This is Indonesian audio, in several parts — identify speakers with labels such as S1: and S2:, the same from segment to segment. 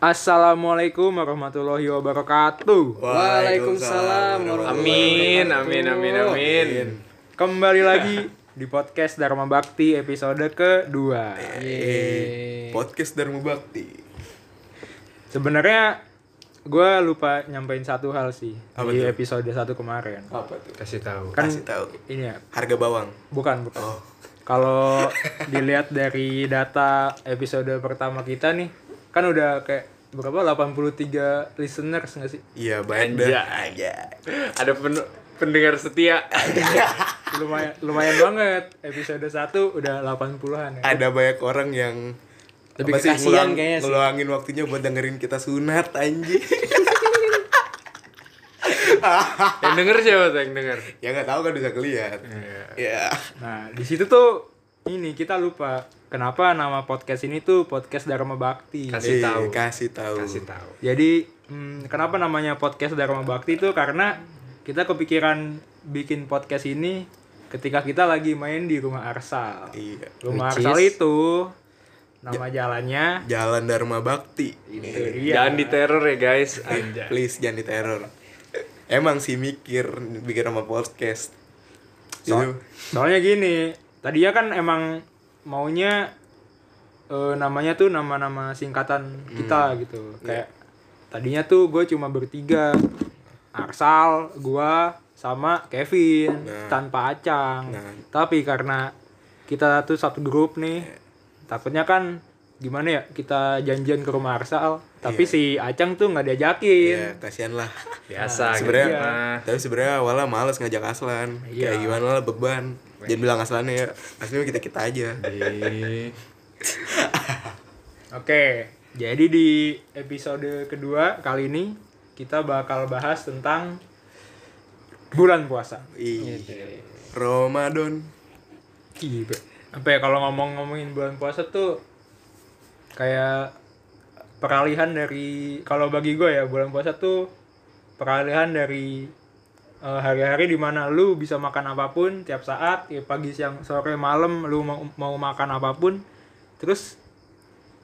S1: Assalamualaikum warahmatullahi wabarakatuh.
S2: Waalaikumsalam
S1: Amin, amin, amin, amin. Kembali lagi di podcast Dharma Bakti episode kedua.
S2: Eh, Podcast Dharma Bakti.
S1: Sebenarnya gue lupa nyampein satu hal sih
S2: Apa
S1: di
S2: tuh?
S1: episode satu kemarin.
S2: Apa tuh?
S3: kasih tahu
S1: Kan
S2: Kasih Iya tahu.
S1: ini ya,
S2: Harga bawang.
S1: bukan bukan.
S2: Oh.
S1: Kalau dilihat dari data episode pertama kita nih, kan udah kayak berapa 83 listeners nggak sih?
S2: Iya, banyak dah. Aja.
S3: ada pen- pendengar setia
S1: lumayan lumayan banget episode 1 udah 80-an ya.
S2: Ada banyak orang yang
S1: Lebih
S2: apa sih,
S1: kekasihan
S2: ngeluang-
S1: kayaknya sih.
S2: Ngeluangin waktunya buat dengerin kita sunat anjing.
S3: yang denger siapa tuh yang denger
S2: ya nggak tahu kan bisa kelihat. Iya.
S1: Nah, di situ tuh ini kita lupa kenapa nama podcast ini tuh podcast Dharma Bakti.
S3: Kasih
S2: Eh,
S3: tahu.
S2: Kasih tahu.
S3: kasih tahu
S1: Jadi hmm, kenapa namanya podcast Dharma Bakti itu karena kita kepikiran bikin podcast ini ketika kita lagi main di rumah Arsal.
S2: Iya.
S1: Rumah
S3: Which
S1: Arsal
S3: is-
S1: itu nama jalannya
S2: Jalan Dharma Bakti.
S3: Iya.
S1: itu dia.
S3: jangan diteror ya guys Anjay.
S2: Please jangan diteror. Emang sih mikir bikin sama podcast. Itu
S1: Soalnya gini, tadinya kan emang maunya eh, namanya tuh nama-nama singkatan
S2: Hmm.
S1: kita gitu.
S2: Iya.
S1: Kayak tadinya tuh gue cuma bertiga. Arsal, gua sama Kevin
S2: Nah.
S1: tanpa Acang.
S2: Nah.
S1: Tapi karena kita tuh satu grup nih,
S2: Iya.
S1: takutnya kan gimana ya kita janjian ke rumah Arsal, tapi
S2: Iya.
S1: si Acang tuh nggak diajakin.
S2: ya kasihan lah.
S3: biasa gitu.
S2: sebenarnya
S3: Nah,
S1: iya.
S2: tapi sebenarnya awalnya males ngajak Aslan kayak gimana lah beban jangan bilang Aslan ya Aslan kita kita aja
S3: di-
S1: Oke, jadi di episode kedua kali ini kita bakal bahas tentang bulan puasa.
S2: Ih,
S1: Gitu.
S2: Ramadan
S1: Gila. Apa ya kalau ngomong-ngomongin bulan puasa tuh kayak peralihan dari kalau bagi gue ya bulan puasa tuh peralihan dari eh, hari-hari dimana lu bisa makan apapun tiap saat ya pagi siang sore malam lu mau, mau makan apapun terus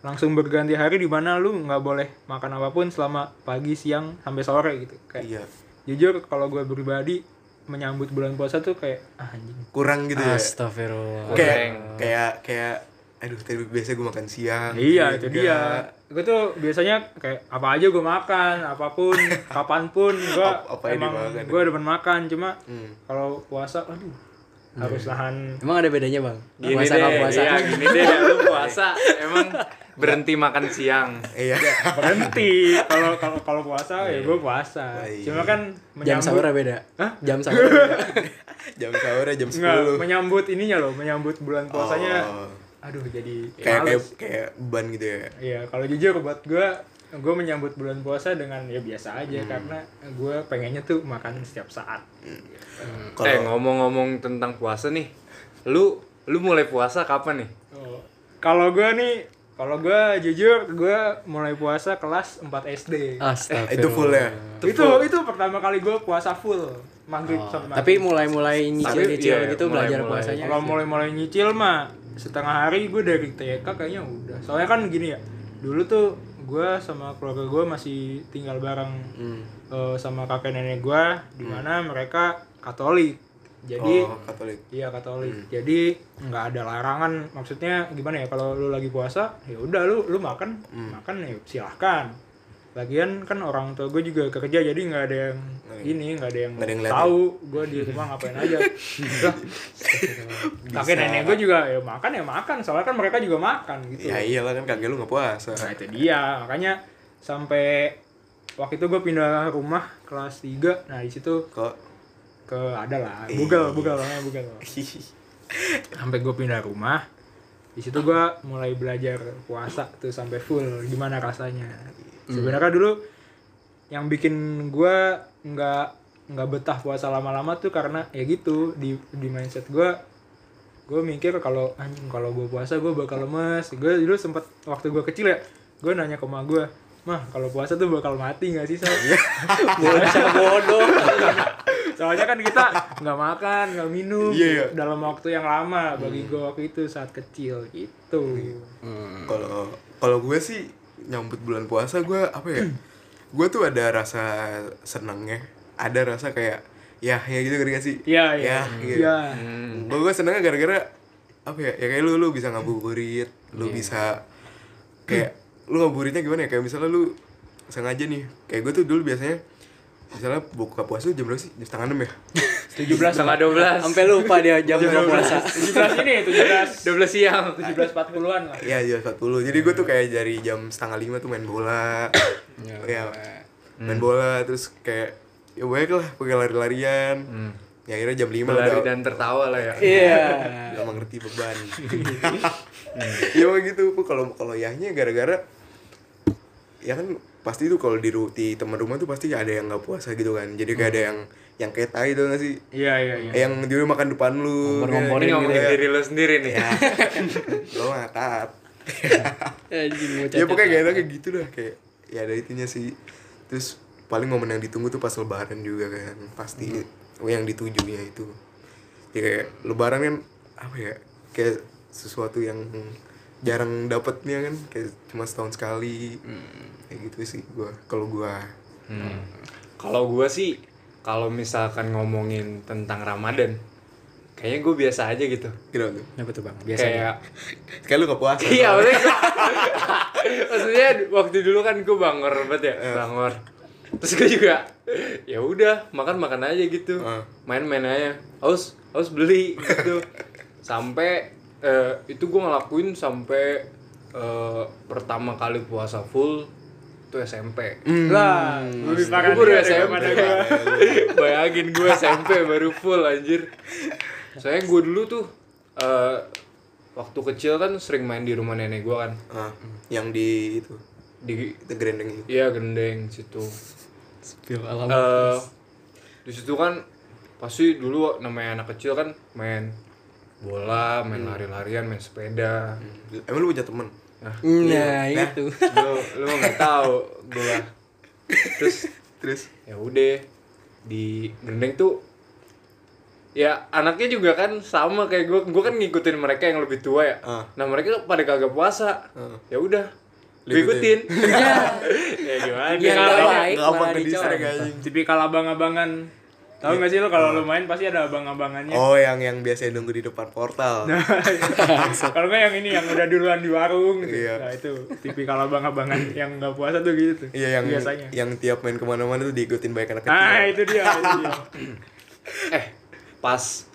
S1: langsung berganti hari dimana lu nggak boleh makan apapun selama pagi siang sampai sore gitu kayak
S2: iya
S1: jujur kalau gue pribadi menyambut bulan puasa tuh kayak "Ah, anjing
S2: kurang gitu ya
S4: Astagfirullah.
S2: kayak kayak kayak aduh tadi biasa gue makan siang
S1: Iya
S2: Gitu
S1: itu
S2: juga.
S1: dia. Gue tuh biasanya kayak apa aja gue makan, apapun, kapanpun gue
S2: Apa- apa yang
S1: emang
S2: dimakan?
S1: gue demen makan. Cuma
S2: Hmm.
S1: kalau puasa, aduh harus nahan.
S4: Emang ada bedanya bang?
S3: gini
S4: puasa
S3: deh
S4: nggak puasa?
S3: iya, gini deh lu puasa emang berhenti makan siang
S2: iya
S1: Berhenti kalau kalau kalau puasa ya gue puasa.
S2: Baik.
S1: Cuma kan menyambut
S2: ya,
S4: Jam sahurnya beda. Jam sahurnya beda.
S2: jam sahur ya, jam
S1: Nggak,
S2: sepuluh Oh.
S1: menyambut ininya loh, menyambut bulan puasanya. Aduh jadi
S2: kayak kayak
S1: males.
S2: kayak beban gitu ya
S1: Iya, kalau jujur buat gue, gue menyambut bulan puasa dengan ya biasa aja
S2: Hmm.
S1: karena gue pengennya tuh makan setiap saat.
S2: Kalau-
S3: eh ngomong-ngomong tentang puasa nih lu lu mulai puasa kapan nih
S1: Oh. Kalau gue nih, kalau gue jujur, gue mulai puasa kelas 4 SD.
S4: Astagfirullah.
S2: itu full ya
S1: itu itu pertama kali gue puasa full maghrib
S4: Oh,
S1: sampai
S4: tapi mulai-mulai nyicil-nyicil
S3: iya,
S4: gitu
S3: mulai-mulai.
S4: belajar puasanya.
S1: kalau mulai-mulai nyicil mah setengah hari gue dari TK kayaknya udah. Soalnya kan gini ya, dulu tuh gue sama keluarga gue masih tinggal bareng eh, sama kakek nenek gue, di mana mereka Katolik. Jadi
S2: oh katolik
S1: Iya Katolik.
S2: Hmm.
S1: Jadi nggak ada larangan. Maksudnya gimana ya kalau lu lagi puasa, ya udah lu lu makan,
S2: Hmm.
S1: makan ya silahkan. Lagian kan orang tua gue juga kerja jadi nggak ada yang ini nggak ada yang,
S2: Oh, iya. Nggak ada yang ngeliatin.
S1: tahu gue di rumah ngapain aja. Lah, Kakek nenek gue juga ya makan ya makan. Soalnya kan mereka juga makan gitu.
S2: ya iyalah kan kakek lu nggak puasa
S1: Nah itu dia, makanya sampai waktu itu gue pindah rumah kelas 3 nah di situ
S2: kok
S1: ke ada lah bugal bugal namanya bugal sampai gue pindah rumah di situ gue mulai belajar puasa tuh sampai full gimana rasanya sebenarnya dulu yang bikin gue nggak nggak betah puasa lama-lama tuh karena ya gitu di di mindset gue gue mikir kalau anjing kalau gue puasa gue bakal lemes gue dulu sempet waktu gue kecil ya gue nanya ke mama gue mah kalau puasa tuh bakal mati nggak sih Sal?"
S4: Bocah bodoh.
S1: Soalnya kan kita nggak makan, nggak minum
S2: Iya, iya.
S1: dalam waktu yang lama bagi gue waktu itu saat kecil gitu.
S2: kalau kalau gue sih nyambut bulan puasa gue apa ya gue tuh ada rasa senangnya ada rasa kayak ya ya gitu ngerti gak sih
S1: Iya, iya.
S2: ya gitu.
S1: Iya.
S2: gue gue senengnya gara-gara apa ya ya kayak lu lu bisa ngabuburit lu bisa kayak lu ngabuburitnya gimana ya kayak misalnya lu sengaja nih kayak gue tuh dulu biasanya misalnya buka puasa jam berapa sih jam setengah enam ya
S1: 17
S3: setengah dua belas
S4: Sampai lupa dia jam buka puasa.
S1: 17 ini 17
S3: dua belas siang
S1: 17.40-an lah.
S2: Iya jam 40 Jadi gue tuh kayak dari jam setengah lima tuh main bola Iya Main bola Terus kayak Ya banyak lah Pakai lari-larian Ya akhirnya jam lima
S3: Hmm. berlari
S2: udah
S3: dan tertawa lah ya
S4: Iya.
S2: Gak mengerti beban Ya emang gitu Pu. Kalau kalau yahnya gara-gara Ya kan pasti tuh kalau di, ru- di teman rumah tuh pasti ada yang nggak puasa gitu kan jadi kayak ada yang yang kayak tai tuh nggak sih
S1: Iya, iya, iya.
S2: yang dia makan depan lu
S4: Ngompor-ngomporin
S3: ini ngomongin
S2: gitu ya.
S3: diri lo sendiri nih
S2: lo ngatat
S4: Anjing Eh, mau
S2: ya
S4: cacat.
S2: pokoknya gak enak kayak gitu dah kayak ya ada itunya sih terus paling momen yang ditunggu tuh pas lebaran juga kan pasti oh, yang ditujunya itu ya kayak lebaran kan apa ya kayak sesuatu yang jarang dapetnya kan kayak cuma setahun sekali kayak gitu sih gua kalau gua
S3: Kalau gue sih, kalau misalkan ngomongin tentang Ramadan, kayaknya gue biasa aja gitu.
S2: kira tuh
S4: Kenapa tuh, Bang? ya?
S3: Kayak,
S2: kayak lu gak puasa
S3: iya maksudnya, gua- maksudnya waktu dulu kan gue bangor banget ya, bangor. Terus gue juga, ya udah makan makan aja gitu,
S2: Heeh.
S3: main-main aja. Harus harus beli gitu. sampai eh, itu gue ngelakuin sampai eh, pertama kali puasa full itu SMP.
S1: Lah, lu lebih parah
S3: Gue baru
S1: dia
S3: SMP
S1: daripada gua.
S3: Bayangin gue SMP baru full anjir Soalnya gue dulu tuh eh, Waktu kecil kan sering main di rumah nenek gue kan
S2: Ah, yang di itu
S3: Di
S2: itu gerendeng itu
S3: Iya gendeng situ
S4: Spill alam.
S3: Eh, Di situ kan Pasti dulu namanya anak kecil kan main bola, main lari-larian, main sepeda
S2: Hmm. emang lu punya temen
S4: Nah, itu.
S3: Lu, lu gak tau gue Terus
S2: terus
S3: ya udah di gendeng tuh ya anaknya juga kan sama kayak gue gue kan ngikutin mereka yang lebih tua ya
S2: Ah.
S3: nah mereka pada kagak puasa
S2: Ah.
S3: ya udah
S2: Lu
S3: gue ikutin ya gimana
S1: Iya,
S4: Yang gak baik
S2: gampang
S4: malah
S2: ke distract
S4: dicoret.
S2: anjing.
S1: Tipikal abang-abangan. Tahu nggak sih lo kalau lo main pasti ada abang-abangannya.
S2: oh iya. yang yang biasa nunggu di depan portal
S1: Nah, kalau nggak yang ini yang udah duluan di warung gitu.
S2: Iya.
S1: Nah, itu tipikal abang-abangan yang nggak puasa tuh gitu. tuh.
S2: Iya yang
S1: biasanya.
S2: yang tiap main kemana-mana tuh diikutin banyak anak kecil.
S1: Ah, itu dia, itu dia.
S3: eh pas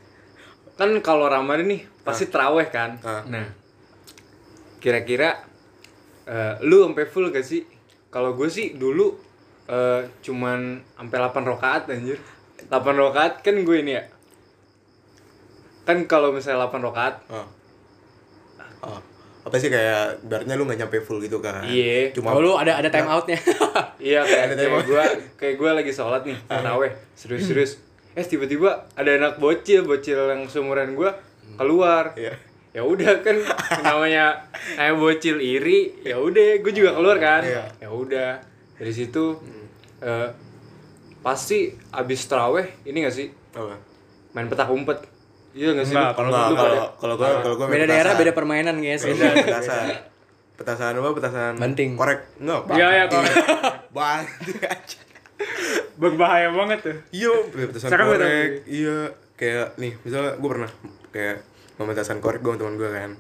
S3: kan kalau ramadan nih pasti teraweh kan
S2: Ah.
S3: nah kira-kira eh, lu sampai full gak sih kalau gue sih dulu eh, cuman sampai 8 rokaat anjir 8 rokaat kan gue ini ya kan kalau misalnya 8 rokaat
S2: Ah. Ah. Apa sih kayak ibaratnya lu nggak nyampe full gitu kan?
S3: Iya.
S2: Cuma
S4: Oh, lu ada ada time outnya.
S3: Iya
S2: Ada Ah.
S3: kayak
S2: tema.
S3: kayak gue kayak gue lagi sholat nih taraweh
S2: Hmm.
S3: serius serius eh tiba-tiba ada anak bocil bocil yang seumuran gue keluar
S2: Iya.
S3: ya udah kan namanya kayak bocil iri ya udah gue juga keluar kan
S2: Iya. Hmm.
S3: ya udah dari situ eh, pasti abis taraweh ini gak sih
S2: apa?
S3: main petak umpet iya gak sih
S1: Enggak,
S3: Kalau
S2: Nggak,
S3: lu
S2: kalau
S3: pada-
S2: kalau gua kalau gua main
S4: Beda daerah, beda
S2: petasan.
S4: permainan guys.
S2: Kalau gua main petasan. Petasan apa? Petasan
S4: Banting.
S2: Korek. Enggak.
S1: Iya, iya, korek.
S2: Banting aja.
S1: Berbahaya banget tuh.
S2: Iya, petasan
S1: Sekarang gua tahu.
S2: korek. Iya, kayak nih, misalnya gua pernah kayak main petasan korek gua sama teman gua kan.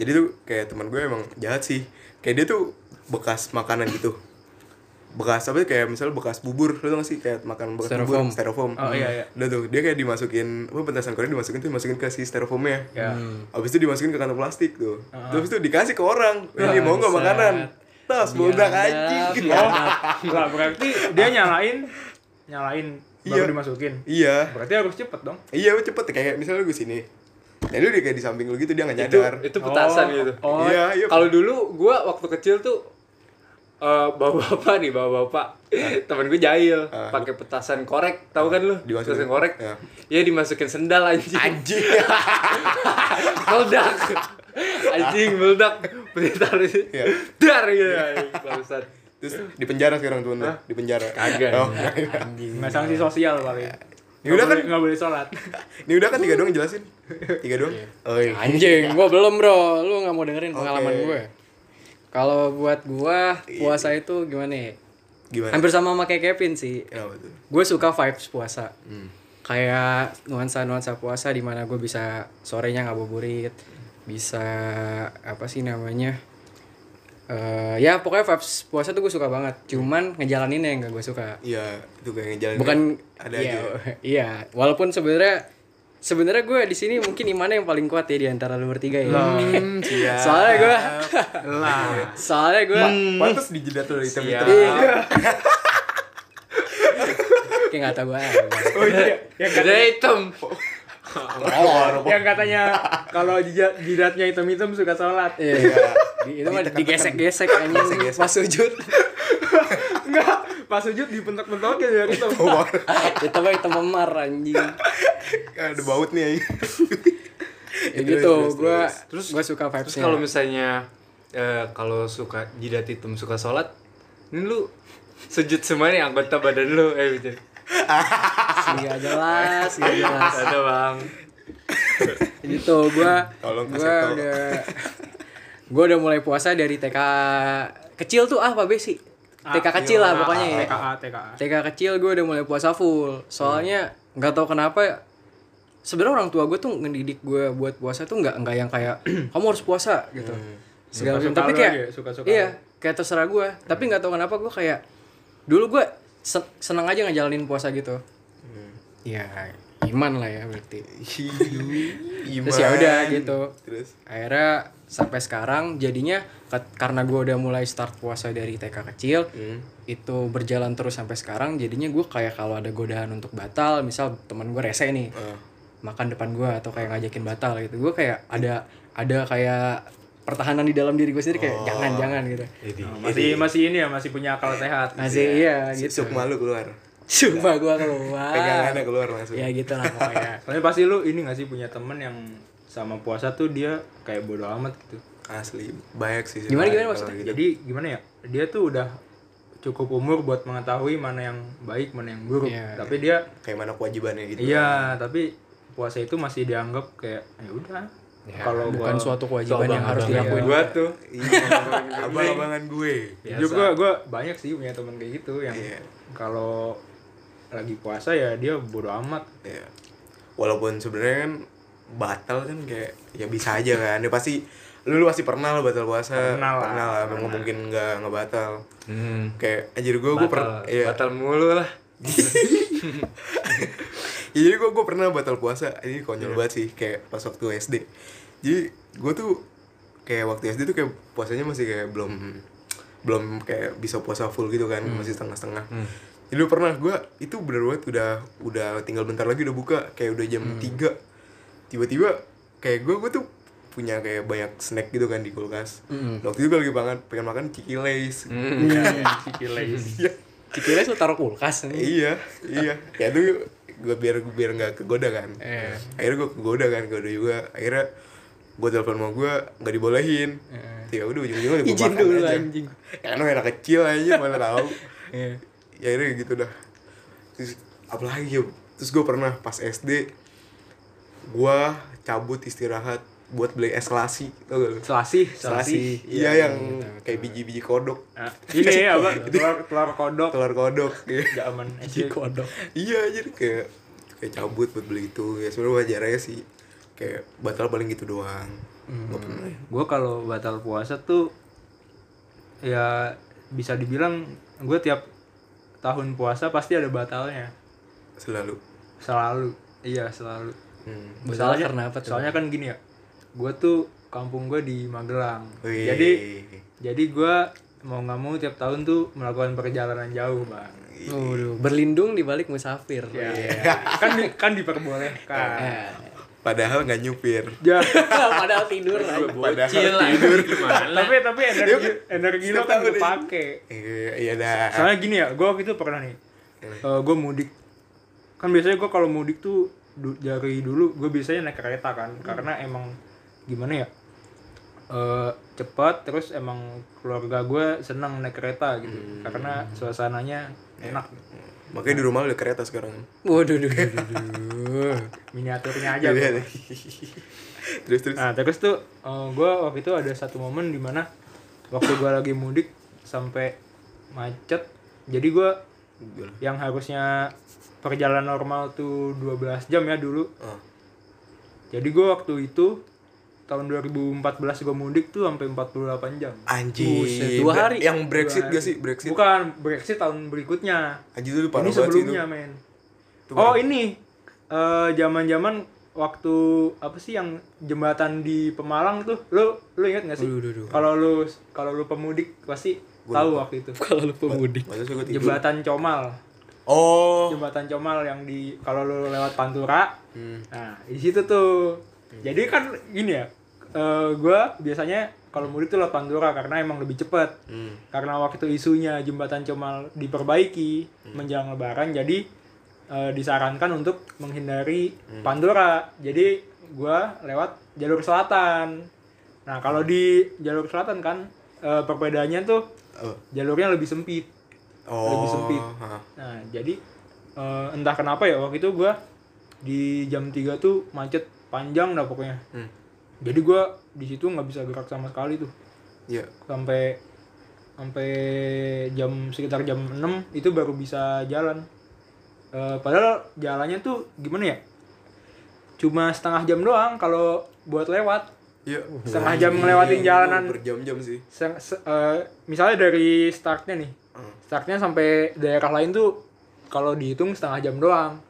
S2: Jadi tuh kayak teman gua emang jahat sih. Kayak dia tuh bekas makanan gitu. bekas apa sih? kayak misalnya bekas bubur lu tau gak sih kayak makan bekas bubur
S4: Styrofoam.
S2: styrofoam
S1: Oh, iya, iya.
S2: udah tuh dia kayak dimasukin apa pentasan korek dimasukin tuh dimasukin ke si styrofoamnya
S1: Ya. Ah.
S2: abis itu dimasukin ke kantong plastik tuh terus itu dikasih ke orang ini mau nggak
S4: Bangsat.
S2: makanan tas bodak anjing
S4: Iya.
S1: Oh, Lah berarti dia nyalain nyalain baru
S2: Iya.
S1: dimasukin.
S2: iya
S1: Berarti harus cepet dong.
S2: iya lu cepet kayak misalnya gue sini nah lu dia kayak di samping lu gitu dia nggak
S3: itu
S2: nyadar
S3: itu petasan
S1: Oh,
S3: gitu
S1: Oh,
S2: iya iya
S3: Kalau dulu gua waktu kecil tuh eh bapak-bapak nih, bapak-bapak. Temen gue jahil,
S2: Ah.
S3: pakai petasan korek, tahu kan lu?
S2: Dimasukin.
S3: Petasan korek.
S2: Ya.
S3: Ya dimasukin sendal anjing. Anjing. meledak. Anjing meledak. Bentar ini.
S2: Ya.
S3: Dar gitu. anjing, Bangsat.
S2: terus di penjara sekarang tuh nah di penjara
S3: Kagak.
S2: oh,
S1: nggak sanksi sosial paling.
S2: Ya udah
S1: Nggak
S2: kan.
S1: boleh- nggak boleh sholat.
S2: ini udah kan tiga doang jelasin tiga doang oh iya
S4: Anjing, gua belum, Bro. Lu nggak mau dengerin pengalaman
S2: Oke.
S4: gue. Kalau buat gua puasa itu gimana ya?
S2: Gimana?
S4: Hampir sama sama kayak Kevin sih.
S2: Kenapa tuh?
S4: Gue suka vibes puasa.
S2: Hmm.
S4: Kayak nuansa-nuansa puasa di mana gue bisa sorenya ngabuburit, bisa apa sih namanya? Eh ya pokoknya vibes puasa tuh gue suka banget. Cuman ngejalaninnya yang gak gue suka.
S2: Iya, itu kayak ngejalanin.
S4: bukan
S2: ada
S4: iya,
S2: aja.
S4: iya walaupun sebenarnya sebenarnya gue di sini mungkin imannya yang paling kuat ya di antara lu bertiga ya
S2: siap.
S4: soalnya Hmm. gue
S1: lah
S4: soalnya gue
S2: Pantes dijeda tuh dari hitam hitam.
S4: kayak nggak tahu gue
S1: oh iya yang
S3: Ada
S1: katanya,
S3: hitam.
S1: yang katanya kalau jija- jidatnya hitam-hitam suka sholat
S4: Iya. Di- itu mah digesek-gesek anjing Hmm. pas sujud
S1: enggak pas sujud dipentok-pentokin ya gitu
S4: itu mah itu memar anjing
S2: Ada baut nih.
S4: ya
S2: Terus,
S4: gitu
S2: terus,
S4: gue
S3: terus.
S4: gue suka
S3: Terus kalau
S4: vibesnya
S3: misalnya eh, kalau suka jidat hitam suka sholat, ini lu sujud semua nih anggota badan lu eh gitu.
S4: sih gak jelas gak jelas
S3: Ada bang.
S4: gitu gue
S2: Tolong kasih
S4: gue
S2: tolong.
S4: udah gue udah mulai puasa dari TK kecil tuh ah Pak Besi TK
S2: Ah,
S1: iya,
S4: kecil
S1: ah,
S2: iya,
S4: lah pokoknya ya
S1: TKA TKA
S4: TK kecil gue udah mulai puasa full soalnya nggak tahu kenapa ya, sebenarnya orang tua gue tuh ngedidik gue buat puasa tuh nggak nggak yang kayak kamu harus puasa gitu segala
S1: Hmm.
S4: macam
S1: Suka-suka
S4: tapi
S1: lu
S4: kayak
S1: aja, Hmm. suka-suka
S4: iya
S1: lu.
S4: kayak terserah gue tapi nggak tahu kenapa gue kayak dulu gue se- seneng aja ngejalanin puasa gitu
S1: Hmm.
S4: ya iman lah ya berarti
S2: Iman.
S4: Terus ya udah gitu.
S2: Iya. Terus
S4: akhirnya sampai sekarang jadinya ke- karena gue udah mulai start puasa dari TK kecil
S1: Hmm.
S4: itu berjalan terus sampai sekarang jadinya gue kayak kalau ada godaan untuk batal misal teman gue rese nih
S1: Ah.
S4: makan depan gue atau kayak ngajakin batal gitu gue kayak ada ada kayak pertahanan di dalam diri gue sendiri kayak jangan jangan gitu
S1: Oh, masih masih ini ya masih punya akal sehat
S4: masih iya gitu Ah.
S2: suk malu keluar.
S4: cuma gue keluar
S2: Pegangannya keluar langsung.
S4: ya gitu lah pokoknya
S1: soalnya pasti lu ini nggak sih punya temen yang sama puasa tuh dia kayak bodo amat gitu
S2: Asli banyak sih.
S4: Gimana, gimana
S2: kalau
S4: maksudnya?
S2: gitu.
S1: jadi gimana ya dia tuh udah cukup umur buat mengetahui mana yang baik mana yang buruk
S4: Iya.
S1: tapi dia
S2: Kayak mana kewajibannya gitu.
S1: iya tapi puasa itu masih dianggap kayak ya udah kalau
S4: bukan
S1: gua
S4: suatu kewajiban yang harus dilakuin
S3: Gua tuh
S1: Iya.
S2: Abang-abangan Iya, gue.
S1: juga gue banyak sih punya temen kayak gitu yang
S2: Iya.
S1: kalau lagi puasa ya dia bodo amat
S2: Iya. Walaupun sebenarnya kan batal kan kayak ya bisa aja kan. Ya pasti lu, lu pasti pernah lah batal puasa.
S1: Pernah lah.
S2: Pernah lah, memang mungkin nggak nggak batal.
S3: Hmm.
S2: Kayak anjir gue gue pernah
S3: Batal,
S2: iya.
S3: batal mulu lah.
S2: Ya, jadi gue gue pernah batal puasa. Ini konyol banget sih kayak pas waktu SD. Jadi gue tuh kayak waktu SD tuh kayak puasanya masih kayak belum belum kayak bisa puasa full gitu kan, masih setengah-setengah. Jadi lu pernah gue itu bener banget udah udah tinggal bentar lagi udah buka kayak udah jam 3 tiba-tiba kayak gue gue tuh punya kayak banyak snack gitu kan di kulkas. Waktu itu gue lagi banget pengen makan Iya. cikilais.
S4: dikira lu taruh kulkas nih
S2: iya iya ya itu gue biar biar nggak kegoda kan akhirnya gue kegoda kan kegoda juga akhirnya gue telepon sama gue nggak dibolehin ya udah ujung-ujungnya gue
S4: Izin
S2: makan
S4: dulu,
S2: aja
S4: anjing.
S2: ya kan anak kecil aja mana tahu
S4: Iya.
S2: ya akhirnya gitu dah terus apalagi ya terus gue pernah pas SD gue cabut istirahat buat beli es lasi tau gak lu?
S1: selasih
S2: Selasi, iya yang kayak biji-biji kodok,
S1: Nah, ini ya apa telur telur kodok
S2: telur kodok. iya.
S1: zaman SD
S4: kodok
S2: iya anjir kayak kayak cabut buat beli itu ya sebenarnya wajar aja sih kayak batal paling gitu doang nggak pernah
S1: gue kalau batal puasa tuh ya bisa dibilang gue tiap tahun puasa pasti ada batalnya
S2: selalu
S1: selalu iya selalu
S2: hmm.
S4: Batalnya karena apa tuh?
S1: soalnya kan gini ya gue tuh kampung gue di Magelang
S2: Wih.
S1: jadi jadi gue mau nggak mau tiap tahun tuh melakukan perjalanan jauh bang
S4: Waduh, berlindung di balik musafir.
S1: Iya. kan di- kan diperbolehkan
S4: Eh,
S2: padahal nggak nyupir
S1: Ya,
S4: Padahal tidur lagi.
S3: Bocil lah. Gimana?
S1: tapi tapi energi energi lo kan gue pakai
S2: Eh, iya dah
S1: soalnya gini ya gue waktu itu pernah nih gue mudik kan biasanya gue kalau mudik tuh du- dari dulu gue biasanya naik kereta kan karena emang gimana ya Eh cepat terus emang keluarga gue senang naik kereta gitu karena suasananya enak
S2: makanya di rumah lu ada kereta sekarang
S4: Waduh, duh, duh, duh, duh.
S1: miniaturnya aja
S2: Iya,
S1: gua.
S2: iya. terus terus
S1: Ah. eh, Nah terus tuh gue waktu itu ada satu momen dimana waktu gua lagi mudik sampai macet jadi gua yang harusnya perjalanan normal tuh 12 jam ya dulu
S2: Ah.
S1: jadi gua waktu itu tahun 2014 gua mudik tuh sampai 48 jam
S2: Anjing.
S4: Buset, dua hari.
S2: Yang Brexit gak sih? Brexit.
S1: bukan Brexit tahun berikutnya
S2: Anjing itu
S1: ini
S2: parah banget sih itu.
S1: sebelumnya men oh ini eh, zaman-zaman waktu apa sih yang jembatan di Pemalang tuh lu lu ingat gak sih
S4: Aduh, aduh, aduh.
S1: kalau lu kalau lu pemudik pasti tahu waktu itu
S4: Kalau lu pemudik.
S2: Masa sih gua tidur?
S1: jembatan Comal
S2: Oh.
S1: jembatan Comal yang di kalau lu lewat Pantura
S2: Hmm.
S1: nah di situ tuh jadi kan gini ya eh, gua biasanya kalau mudik tuh lewat Pantura karena emang lebih cepet
S2: Hmm.
S1: karena waktu isunya jembatan Comal diperbaiki
S2: Hmm.
S1: menjelang Lebaran jadi eh, disarankan untuk menghindari
S2: Hmm.
S1: Pandora jadi gua lewat jalur selatan nah kalau di jalur selatan kan eh, perbedaannya tuh
S2: Oh.
S1: jalurnya lebih sempit
S2: Oh.
S1: Lebih sempit.
S2: ah.
S1: nah jadi eh, entah kenapa ya waktu itu gua di jam 3 tuh macet panjang dah pokoknya
S2: Hmm.
S1: jadi gua di situ nggak bisa gerak sama sekali tuh
S2: Iya.
S1: sampai sampai jam sekitar jam 6 itu baru bisa jalan. Eh, padahal jalannya tuh gimana ya? Cuma setengah jam doang kalau buat lewat.
S2: Iya.
S1: Setengah jam ngelewatin
S2: Iya,
S1: jalanan.
S2: Berjam-jam sih.
S1: Se- se- eh, misalnya dari startnya nih, startnya sampai daerah lain tuh kalau dihitung setengah jam doang.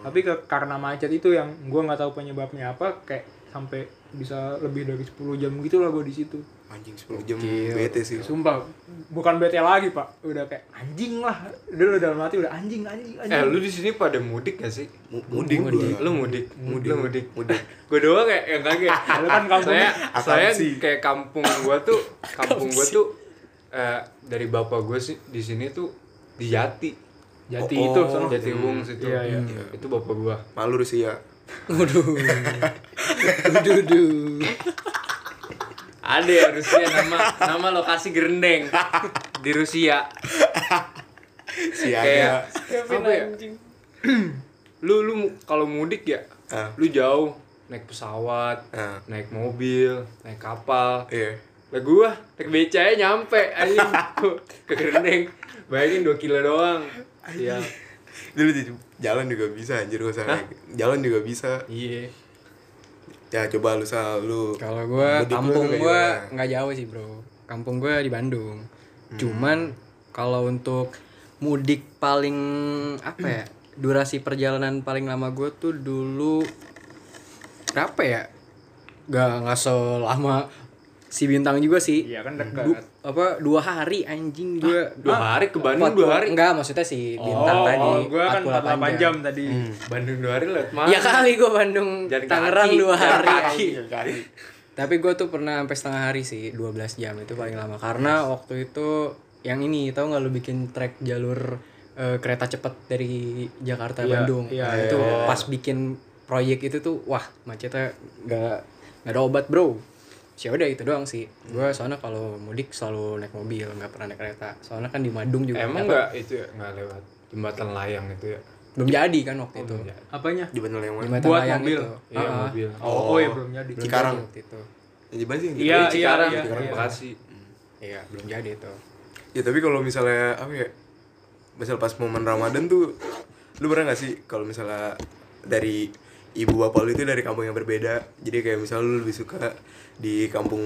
S1: Tapi ke, karena macet itu yang gua nggak tahu penyebabnya apa, kayak sampai bisa lebih dari 10 jam gitu lah gue di situ.
S2: Anjing 10 jam bete sih.
S1: Sumpah, bukan bete lagi pak, udah kayak anjing lah, dulu dalam hati udah anjing, anjing, anjing.
S3: Eh, lu di sini pada mudik gak sih?
S2: Mu- Mudik gua.
S3: Lu mudik, Iya. mudik, lu mudik.
S2: Mudik.
S3: gue doang kayak yang kaget.
S1: lu kan kampungnya.
S3: saya saya
S2: Akamsi.
S3: kayak kampung gua tuh, kampung gua tuh eh, dari bapak gua sih di sini tuh di Jati.
S1: Jati
S2: Oh,
S1: itu,
S2: oh,
S1: sono.
S3: Jati Wung situ.
S1: Iya, iya.
S3: Hmm. Itu bapak gua.
S2: Malu sih ya.
S4: Waduh. Waduh, waduh.
S3: Ada ya Rusia nama nama lokasi Gerendeng di Rusia.
S2: Siaga.
S3: Kayak apa ya? lu lu mu- kalau mudik ya,
S2: Ah.
S3: lu jauh naik pesawat,
S2: Ah.
S3: naik mobil, naik kapal.
S2: Iya.
S3: Lah gua naik becanya nyampe anjing ke Gerendeng. Bayangin 2 kilo doang. Iya.
S2: Dulu di jalan juga bisa anjir gua sana. Jalan juga bisa.
S3: Iya.
S2: Ya coba lu sal lu.
S4: Kalau gua
S2: Mudik lu
S4: kampung
S2: kayak
S4: gua
S2: gimana?
S4: nggak jauh sih, Bro. Kampung gua di Bandung. Hmm. Cuman kalau untuk mudik paling apa ya? Durasi perjalanan paling lama gua tuh dulu berapa ya? Gak nggak selama si bintang juga sih.
S1: Iya kan
S4: Du-
S1: dekat.
S4: apa dua hari anjing gua
S3: Dua hari ke Bandung
S4: Empat-
S3: dua hari.
S4: Enggak, maksudnya si bintang
S1: oh,
S4: tadi.
S1: oh, gua kan 48 jam, tadi.
S3: Hmm. Bandung dua hari lewat mana?
S4: Ya kali gua Bandung
S3: Jalan kaki,
S4: Tangerang dua
S3: jalan
S4: hari.
S3: kaki.
S4: Tapi gue tuh pernah sampai setengah hari sih, 12 jam itu paling lama. Karena waktu itu yang ini tau nggak lu bikin trek jalur eh, kereta cepat dari Jakarta
S1: Iya,
S4: Bandung.
S1: iya,
S4: Nah,
S1: iya,
S4: itu pas bikin proyek itu tuh wah macetnya nggak nggak ada obat bro. Sih udah itu doang sih. Gue
S3: Hmm.
S4: soalnya kalau mudik selalu naik mobil, nggak pernah naik kereta. Soalnya kan di Bandung juga
S3: Emang
S4: dapat-
S3: enggak itu ya enggak lewat jembatan layang itu ya.
S4: belum jadi kan waktu itu.
S3: Iya.
S1: Apanya?
S2: Di Bandung yang mana?
S4: Jembatan
S1: Buat
S4: layang
S1: mobil.
S4: itu. Gitu.
S3: Iya,
S4: Ah, ah,
S3: mobil.
S1: Oh, oh, ya belum jadi.
S4: belum
S2: Cikarang.
S4: jadi waktu itu.
S2: Ya, Di mana sih? yang di-
S1: Iya,
S3: Di Cikarang,
S1: iya,
S3: Cikarang
S1: iya.
S3: Bekasi.
S4: Iya, belum jadi itu.
S2: Ya tapi kalau misalnya apa ya? Misal pas momen Ramadan tuh lu pernah gak sih kalau misalnya dari ibu bapak lu itu dari kampung yang berbeda. Jadi kayak misalnya lu lebih suka di kampung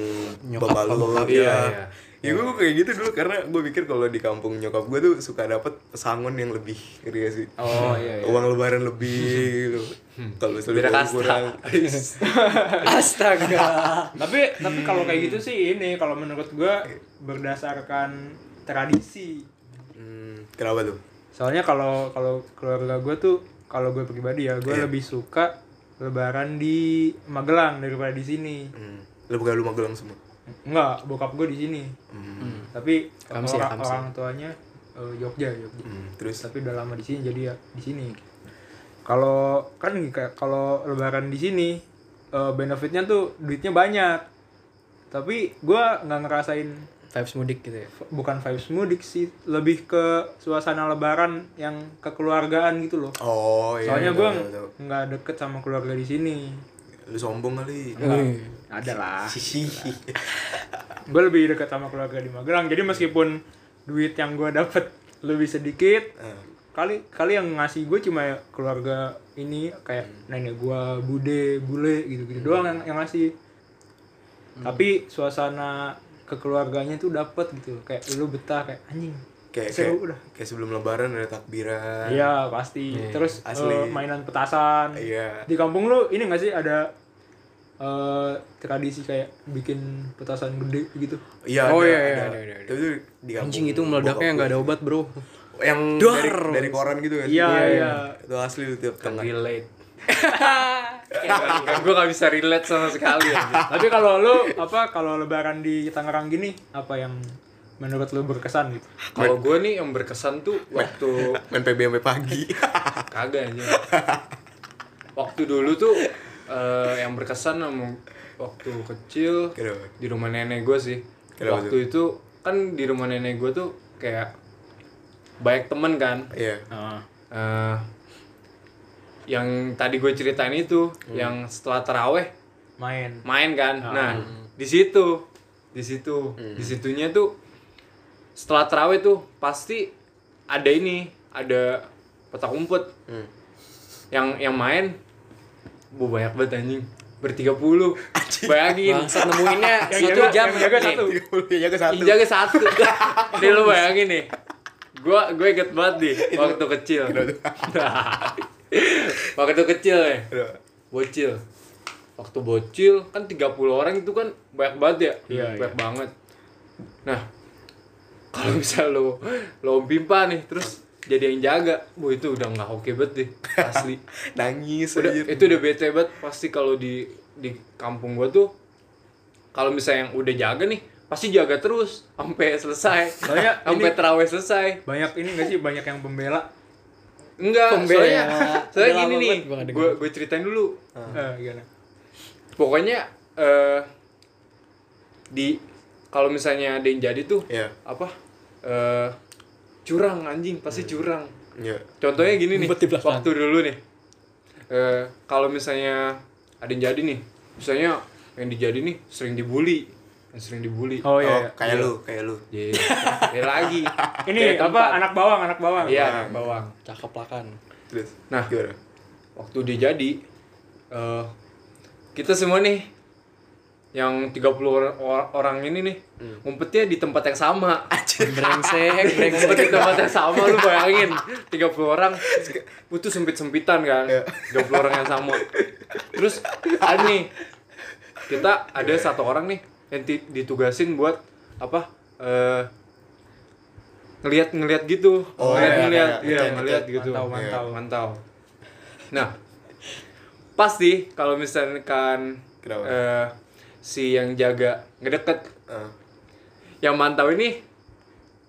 S2: bapak lu.
S3: iya, iya.
S2: iya. Ya gue kayak gitu dulu karena gue pikir kalau di kampung nyokap gue tuh suka dapet pesangon yang lebih ngerti gak sih?
S1: Oh iya.
S2: Uang lebaran lebih gitu. Kalau misalnya
S3: Beda
S2: uang
S3: kasta.
S2: kurang.
S4: Astaga.
S1: tapi tapi kalau kayak gitu sih ini kalau menurut gua berdasarkan tradisi.
S2: Hmm, kenapa tuh?
S1: Soalnya kalau kalau keluarga gua tuh kalau gue pribadi ya gua lebih suka lebaran di Magelang daripada di sini.
S2: Hmm. Lu bukan lu magelang semua. Hmm,
S1: Enggak, bokap gue di sini.
S3: Hmm.
S1: Tapi
S4: Kamsi,
S1: orang,
S4: Kamsi.
S1: orang tuanya eh, Jogja, Jogja.
S2: Hmm, terus
S1: Tapi udah lama di sini jadi ya di sini. Kalau kan kayak kalau lebaran di sini eh, benefitnya tuh duitnya banyak. Tapi gua nggak ngerasain
S4: Vibes mudik gitu ya.
S1: v- bukan vibes mudik sih, lebih ke suasana lebaran yang kekeluargaan gitu loh.
S2: Oh iya.
S1: Soalnya
S2: tahu,
S1: gua
S2: tahu, tahu.
S1: nggak deket sama keluarga di sini.
S4: Hmm.
S2: lu sombong kali.
S1: Ada lah.
S2: Hihi.
S1: gue lebih dekat sama keluarga di Magelang jadi meskipun duit yang gue dapet lebih sedikit
S2: Eh,
S1: kali kali yang ngasih gue cuma keluarga ini kayak
S2: Hmm.
S1: nenek gue bude bule gitu gitu doang yang, yang ngasih
S2: Hmm.
S1: tapi suasana kekeluarganya tuh dapet gitu kayak lu betah kayak anjing
S2: kayak
S1: Seru
S2: kayak,
S1: udah.
S2: kayak sebelum lebaran ada takbiran
S1: Iya pasti. Terus
S2: Asli.
S1: eh, mainan petasan.
S2: Iya.
S1: Di kampung lu ini nggak sih ada eh, tradisi kayak bikin petasan gede gitu?
S2: iya
S4: Oh,
S2: ada,
S4: iya, iya,
S2: ada.
S4: ada, ada, ada.
S2: Tapi itu di kampung
S4: Anjing itu meledaknya
S2: bokap
S4: nggak ada
S2: gua.
S4: obat bro.
S2: yang
S4: Duar.
S2: dari, dari koran gitu kan
S1: Iya, iya.
S2: itu asli itu tiap tengah
S3: relate gue gak bisa relate sama sekali anjir.
S1: Tapi kalau lu apa kalau lebaran di Tangerang gini apa yang menurut lu berkesan gitu?
S3: kalau gue nih yang berkesan tuh waktu
S2: main PB sampai pagi
S3: kagak aja waktu dulu tuh eh, yang berkesan sama waktu kecil
S2: Kenapa?
S3: di rumah nenek gue sih
S2: Kenapa
S3: waktu itu kan di rumah nenek gue tuh kayak banyak temen kan
S2: iya
S3: Eh, yang tadi gue ceritain itu yang setelah taraweh
S1: Main.
S3: main kan nah di situ di situ di situnya tuh setelah terawih tuh pasti ada ini ada petak umpet
S2: Hmm.
S3: yang yang main bu banyak banget anjing bertiga puluh bayangin
S4: Bangsat nemuinnya satu
S3: jaga-
S4: jam.
S3: yang jaga
S4: nih.
S3: satu.
S2: Iya, jaga satu
S3: Injagnya satu. nih lu bayangin nih. Gua gue inget banget nih waktu kecil. waktu kecil ya.
S2: Kenapa?
S3: Bocil. Waktu bocil kan 30 orang itu kan banyak banget ya.
S1: Iya,
S3: banyak banget. Nah, kalau bisa lo lo pimpa nih terus jadi yang jaga, bu itu udah nggak oke banget deh asli.
S2: nangis
S3: Udah,
S2: anjir.
S3: itu udah bete banget pasti kalau di di kampung gua tuh kalau misalnya yang udah jaga nih pasti jaga terus sampai selesai
S1: Soalnya
S3: sampai
S1: ini-
S3: terawih selesai
S1: Banyak ini nggak sih banyak yang pembela?
S3: enggak
S4: Pembela.
S3: soalnya soalnya
S4: Udah
S3: gini
S4: lama
S3: nih
S4: banget gua nggak denger.
S3: gue gue ceritain dulu
S1: Eh, gimana?
S3: pokoknya eh di kalau misalnya ada yang jadi tuh
S2: Iya.
S3: apa eh curang anjing pasti curang
S2: Iya.
S3: Contohnya gini nih,
S4: Ngumpet di belakang.
S3: waktu dulu nih. Eh, kalau misalnya ada yang jadi nih, misalnya yang dijadi nih sering dibully, yang sering dibully.
S1: Oh
S2: oh,
S1: iya. iya.
S2: kayak lu kayak lu
S3: Iya, iya. lagi.
S1: Ini apa
S3: Kayak tempat.
S1: anak bawang anak bawang?
S3: Iya, anak bawang.
S4: Cakep lah kan.
S2: terus
S3: Nah.
S2: gimana
S3: Waktu dia jadi eh, kita semua nih yang 30 orang, or- orang ini nih ngumpetnya di tempat yang sama.
S4: Brengsek,
S2: Iya.
S4: brengsek.
S3: Ngumpet di tempat yang sama lu bayangin 30 orang itu sempit-sempitan kan
S2: Iya.
S3: 30 orang yang sama terus ada nih kita ada satu orang nih yang ti- ditugasin buat apa eh ngelihat-ngelihat gitu
S2: Oh,
S3: ngelihat ngelihat
S2: iya, iya,
S3: iya
S2: iya,
S3: ngelihat
S1: iya.
S3: gitu
S1: Mantau, mantau.
S3: mantau nah pasti kalau misalkan
S2: Kenapa?
S3: eh, si yang jaga ngedeket
S2: Ah.
S3: yang mantau ini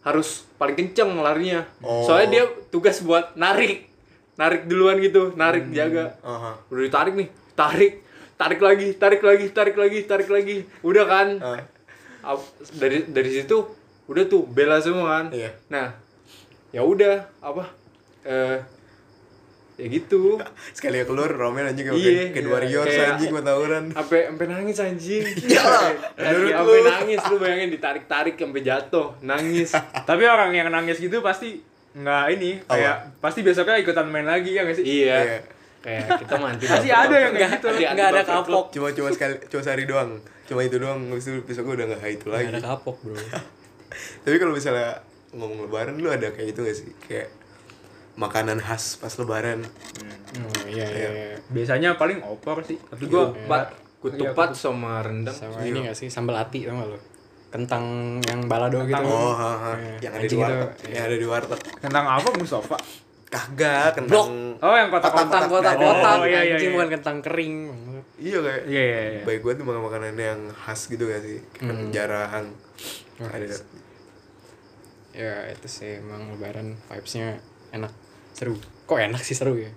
S3: harus paling kenceng larinya.
S2: Oh.
S3: Soalnya dia tugas buat narik. Narik duluan gitu, narik
S2: Hmm.
S3: jaga.
S2: Aha.
S3: Udah ditarik nih, tarik, tarik lagi, tarik lagi, tarik lagi, tarik lagi. Udah kan?
S2: Ah.
S3: Ap- Dari dari situ udah tuh bela semua kan.
S2: Iya.
S3: Nah, ya udah apa? Eh ya gitu.
S2: sekali keluar Romel anjing kayak
S3: Iya,
S2: kayak
S3: iya.
S2: Warriors
S3: Kayak-
S2: anjing buat tawuran
S3: Sampai sampai nangis anjing.
S2: Ya menurut
S3: Sampai
S2: lu.
S3: nangis lu bayangin ditarik-tarik sampai jatuh, nangis.
S1: Tapi orang yang nangis gitu pasti nggak ini kayak pasti besoknya ikutan main lagi ya nggak sih?
S3: Iya.
S2: Iya.
S3: Kayak kita manti.
S1: Pasti ada yang kayak gitu.
S4: Nggak ada kapok.
S2: cuma cuma sekali cuma sehari doang cuma itu doang habis itu besok gua udah nggak itu
S4: Nggak
S2: lagi
S4: ada kapok bro.
S2: tapi kalau misalnya ngomong lebaran lu ada kayak itu gak sih kayak makanan khas pas lebaran
S4: iya iya. iya.
S1: Biasanya paling opor sih. Tapi gua
S3: Kutupat,
S1: Iya,
S3: kutupat sama rendang.
S4: Sama ini gak sih sambal ati tau gak lo? Kentang yang balado gitu.
S2: oh ha, ha. yang ada di
S4: anjing itu,
S2: warteg yang ada di warteg
S1: Kentang apa Mustafa?
S2: kagak
S4: Blok.
S2: kentang
S1: Oh yang kotak-kotak.
S4: Kentang kotak
S1: dadar.
S4: kotak.
S1: Oh, iya, iya,
S4: Anjing
S1: iya.
S4: bukan kentang kering.
S2: iya kayak
S1: Iya iya iya.
S2: baik gue tuh makan makanan yang khas gitu gak sih kayak jarang ada
S4: Ya itu sih emang lebaran vibesnya enak seru. Kok enak sih seru ya?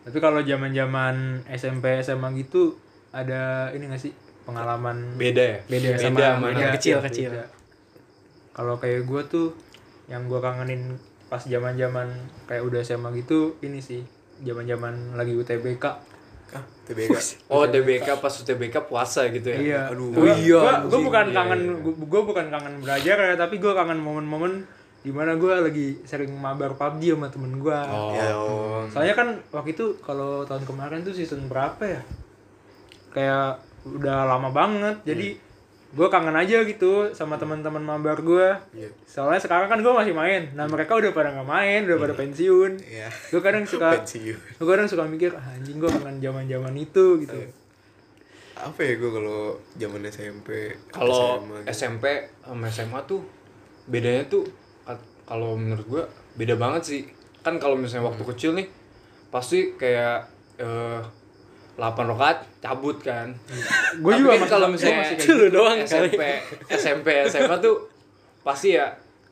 S1: Tapi kalau zaman-zaman SMP SMA gitu ada ini nggak sih pengalaman gitu,
S3: Beda ya?
S4: Beda, sama
S3: mana?
S4: yang kecil-kecil.
S1: beda. Kalau kayak gua tuh yang gua kangenin pas zaman-zaman kayak udah SMA gitu ini sih zaman-zaman lagi UTBK
S2: ah TBK
S3: Oh TBK pas TBK puasa gitu ya?
S1: Iya.
S2: Aduh.
S1: Gua-
S3: Oh iya,
S1: Gua, gua
S3: anjing.
S1: bukan
S3: Iya,
S1: kangen
S3: iya.
S1: gua, gua bukan kangen belajar ya, tapi gua kangen momen-momen dimana gua lagi sering mabar PUBG sama temen gua.
S3: Oh.
S2: ya om
S1: Soalnya kan waktu itu kalau tahun kemarin tuh season berapa ya? Kayak udah lama banget. Jadi
S2: Iya.
S1: gue kangen aja gitu sama teman-teman mabar gue.
S2: Iya.
S1: Soalnya sekarang kan gue masih main. Nah mereka udah pada nggak main, udah pada pensiun.
S2: Iya.
S1: Gue kadang suka,
S2: pensiun
S1: gue kadang suka mikir "Ah, anjing gue kangen zaman-zaman itu gitu.
S2: Iya. apa ya gue kalau zaman SMP
S3: Kalau
S2: SMA gitu.
S3: SMP sama SMA tuh bedanya tuh at- kalau menurut gua beda banget sih. Kan kalau misalnya
S1: Hmm.
S3: waktu kecil nih pasti kayak eh 8 rokat cabut kan.
S1: Gue
S3: Tapi
S1: juga
S3: kan
S1: masih
S3: kalau
S1: Hmm. gua
S3: misalnya kan.
S1: masih kayak
S4: gitu. Lu doang
S3: SMP, SMP, SMA tuh pasti ya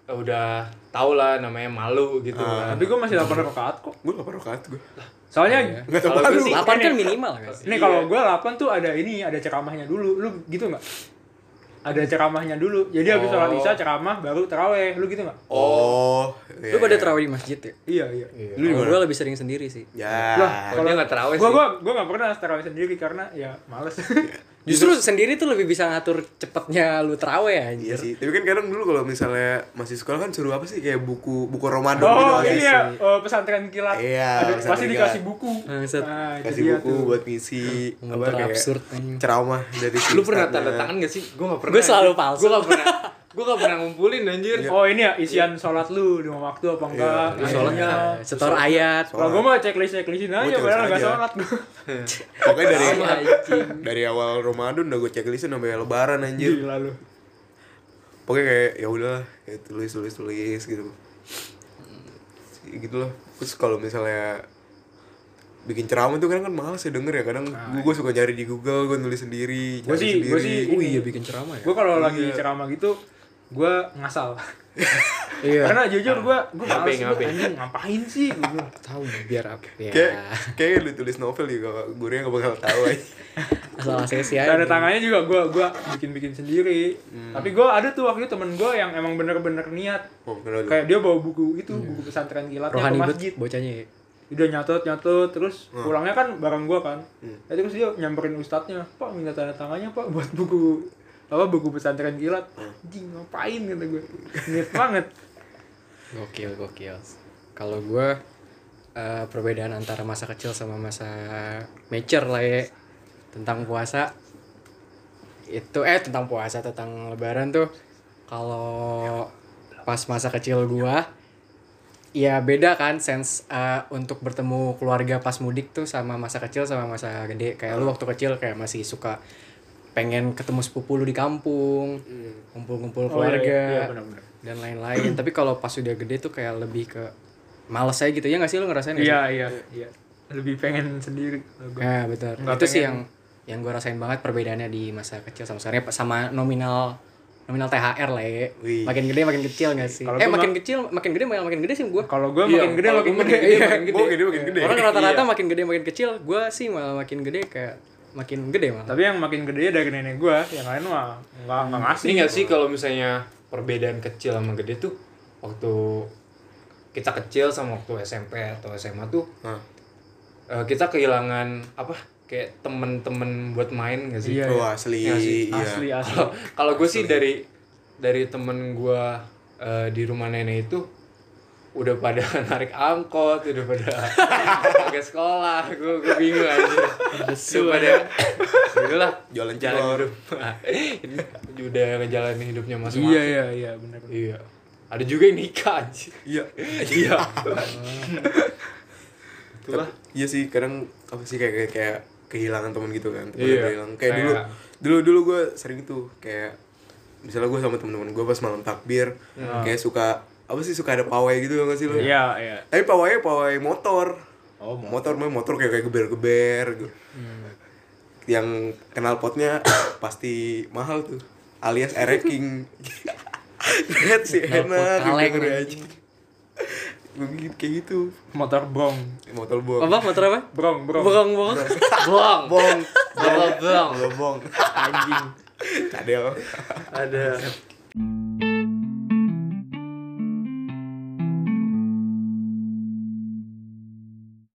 S3: udah tau lah namanya malu gitu
S2: Ah.
S3: kan.
S1: Tapi gue masih delapan rokaat kok.
S2: gue gak pernah rokat gue
S1: Soalnya
S2: nggak tahu
S3: Kalau
S2: malu
S3: gua sih-
S4: Delapan kan minimal kan.
S1: Nih kalau
S2: Iya.
S1: gue 8 tuh ada ini, ada ceramahnya dulu. Lu gitu nggak? Ada ceramahnya dulu. Jadi habis
S3: Oh.
S1: sholat isya ceramah baru teraweh. Lu gitu nggak?
S2: oh iya.
S4: Lu pada terawih di masjid ya?
S1: Iya iya.
S2: Lu
S4: Kalau
S2: gimana?
S4: gua lebih sering sendiri sih.
S2: ya
S1: Lah,
S3: Kalau dia nggak terawih
S1: Gue
S3: sih.
S1: gue gue nggak pernah teraweh sendiri karena ya males.
S4: Justru sendiri tuh lebih bisa ngatur cepetnya lu terawih
S2: Iya
S4: anjir.
S2: sih, tapi kan kadang dulu kalau misalnya masih sekolah kan suruh apa sih kayak buku buku Ramadan
S1: oh
S2: gitu kan.
S1: iya, eh, pesantren kilat.
S2: Iya,
S1: Ada-
S2: pesantren
S1: pasti
S2: kilat.
S1: dikasih buku.
S4: Bangsat.
S1: Nah, itu
S2: Kasih
S1: dia
S2: buku
S1: tuh.
S2: buat ngisi apa
S4: Motor
S2: kayak
S4: absurd anjing.
S2: ceramah dari si
S3: Lu pernah
S2: ustadznya.
S3: tanda
S1: ya.
S3: tangan gak sih? Gue gak pernah.
S4: Gua selalu palsu.
S3: Gue gak pernah. Gue gak pernah ngumpulin anjir.
S1: Oh ini ya isian sholat lu lima waktu apa enggak?
S2: Iya,
S1: Sholatnya.
S4: Setor ayat.
S1: Kalau gue mah checklist checklistin aja,
S2: Gua
S1: padahal nggak
S2: aja.
S1: sholat.
S2: Pokoknya dari
S4: Anjing.
S2: dari awal Ramadan udah gue checklist sampai lebaran anjir.
S1: Gila lu.
S2: Pokoknya kayak ya udahlah, kayak tulis tulis tulis gitu. Gitu loh. Terus kalau misalnya bikin ceramah tuh kadang kan males ya denger ya kadang gue gue suka nyari di Google gue nulis sendiri
S1: Ah, iya. Gua
S2: cari
S1: sih- gua sih
S4: Oh iya bikin ceramah ya.
S1: gue kalau lagi ceramah gitu gue ngasal
S4: Iya.
S1: karena jujur gue gue
S3: Ngapain,
S1: males gue
S3: ngapain?
S1: anjing ngapain sih Gua bilang.
S4: Tahu biar apa ya.
S2: kayak kayak lu tulis novel juga gurunya gak bakal tahu aja
S4: Asal ya. sesi aja.
S1: tanda tangannya juga gue gua bikin bikin sendiri tapi gue ada tuh waktu itu temen gue yang emang bener-bener niat
S2: oh, kenal lu.
S1: kayak dia bawa buku itu buku pesantren kilatnya ke
S4: Rohani bet
S1: masjid
S4: bocahnya ya.
S1: udah nyatet nyatet terus pulangnya kan bareng gue kan Ya, terus dia nyamperin ustadznya pak minta tanda tangannya pak buat buku apa buku pesantren kilat anjing ngapain gitu gue niat banget
S4: Gokil, gokil. Kalau gue eh, perbedaan antara masa kecil sama masa mature lah ya tentang puasa itu eh tentang puasa tentang lebaran tuh kalau pas masa kecil gua ya beda kan sense eh, untuk bertemu keluarga pas mudik tuh sama masa kecil sama masa gede kayak lu waktu kecil kayak masih suka pengen ketemu sepupu lu di kampung
S1: Oh, iya, iya.
S4: kumpul-kumpul keluarga
S1: Iya, benar-benar.
S4: dan lain-lain tapi kalau pas udah gede tuh kayak lebih ke males aja gitu ya nggak sih lu ngerasain nggak sih?
S1: Iya iya iya. Lebih pengen sendiri. kalau gua.
S4: Nah, betul.
S1: Nggak
S4: itu sih
S1: pengen.
S4: yang yang gue rasain banget perbedaannya di masa kecil sama sekarang Ya, sama nominal nominal THR lah ya.
S2: Wih.
S4: Makin gede makin kecil gak sih?
S1: Kalau
S4: eh
S1: gua
S4: makin kecil makin gede makin makin gede sih gue.
S1: Kalau gue
S3: Iya,
S1: makin gede
S3: kalau
S1: makin
S3: gua
S1: gede.
S3: makin gede, makin
S2: Gue gede makin gede.
S4: Orang rata-rata makin gede makin kecil, gue sih malah makin gede kayak makin gede malah.
S1: Tapi yang makin gede dari nenek gue, yang lain mah nggak nggak ngasih.
S3: Ini gak Iya sih kalau misalnya perbedaan kecil sama gede tuh waktu kita kecil sama waktu SMP atau SMA tuh
S2: Hah.
S3: eh, kita kehilangan apa kayak temen-temen buat main gak sih?
S1: Iya,
S2: Oh, asli.
S3: Iya sih,
S2: Iya.
S1: Asli asli.
S3: Kalau- Kalau gue sih dari dari temen gue di rumah nenek itu udah pada narik angkot, udah pada ke sekolah, gue gue bingung aja. Udah pada itulah
S2: Jualan
S3: jalan
S2: cilor.
S3: hidup. udah ngejalanin hidupnya masing-masing.
S1: Iya iya iya benar.
S3: Iya. Ada juga yang nikah anjir.
S2: Iya.
S3: Iya. Itulah.
S2: Iya sih kadang apa sih kayak kayak, kayak kehilangan teman gitu kan. Temen
S3: Iya.
S2: yang hilang. Kayak dulu
S3: Kayak-
S2: dulu dulu gue sering tuh kayak misalnya gue sama temen-temen gue pas malam takbir kayak suka apa sih suka ada pawai gitu gak sih lu?
S1: Iya iya.
S2: Tapi pawainya pawai motor.
S1: Oh,
S2: motor mah motor kayak kayak geber-geber gitu. Yang kenal potnya pasti mahal tuh. Alias ereking. Lihat sih enak
S4: Knalpot kaleng,
S2: denger aja.
S4: anjing.
S2: Mungkin kayak gitu.
S1: Motor brong.
S2: Motor bohong.
S4: Apa motor apa?
S1: Brong brong.
S4: Bohong bohong.
S3: Bohong.
S2: Bohong.
S3: Bohong. Bohong.
S2: Bohong. Anjing. Cadel.
S3: Ada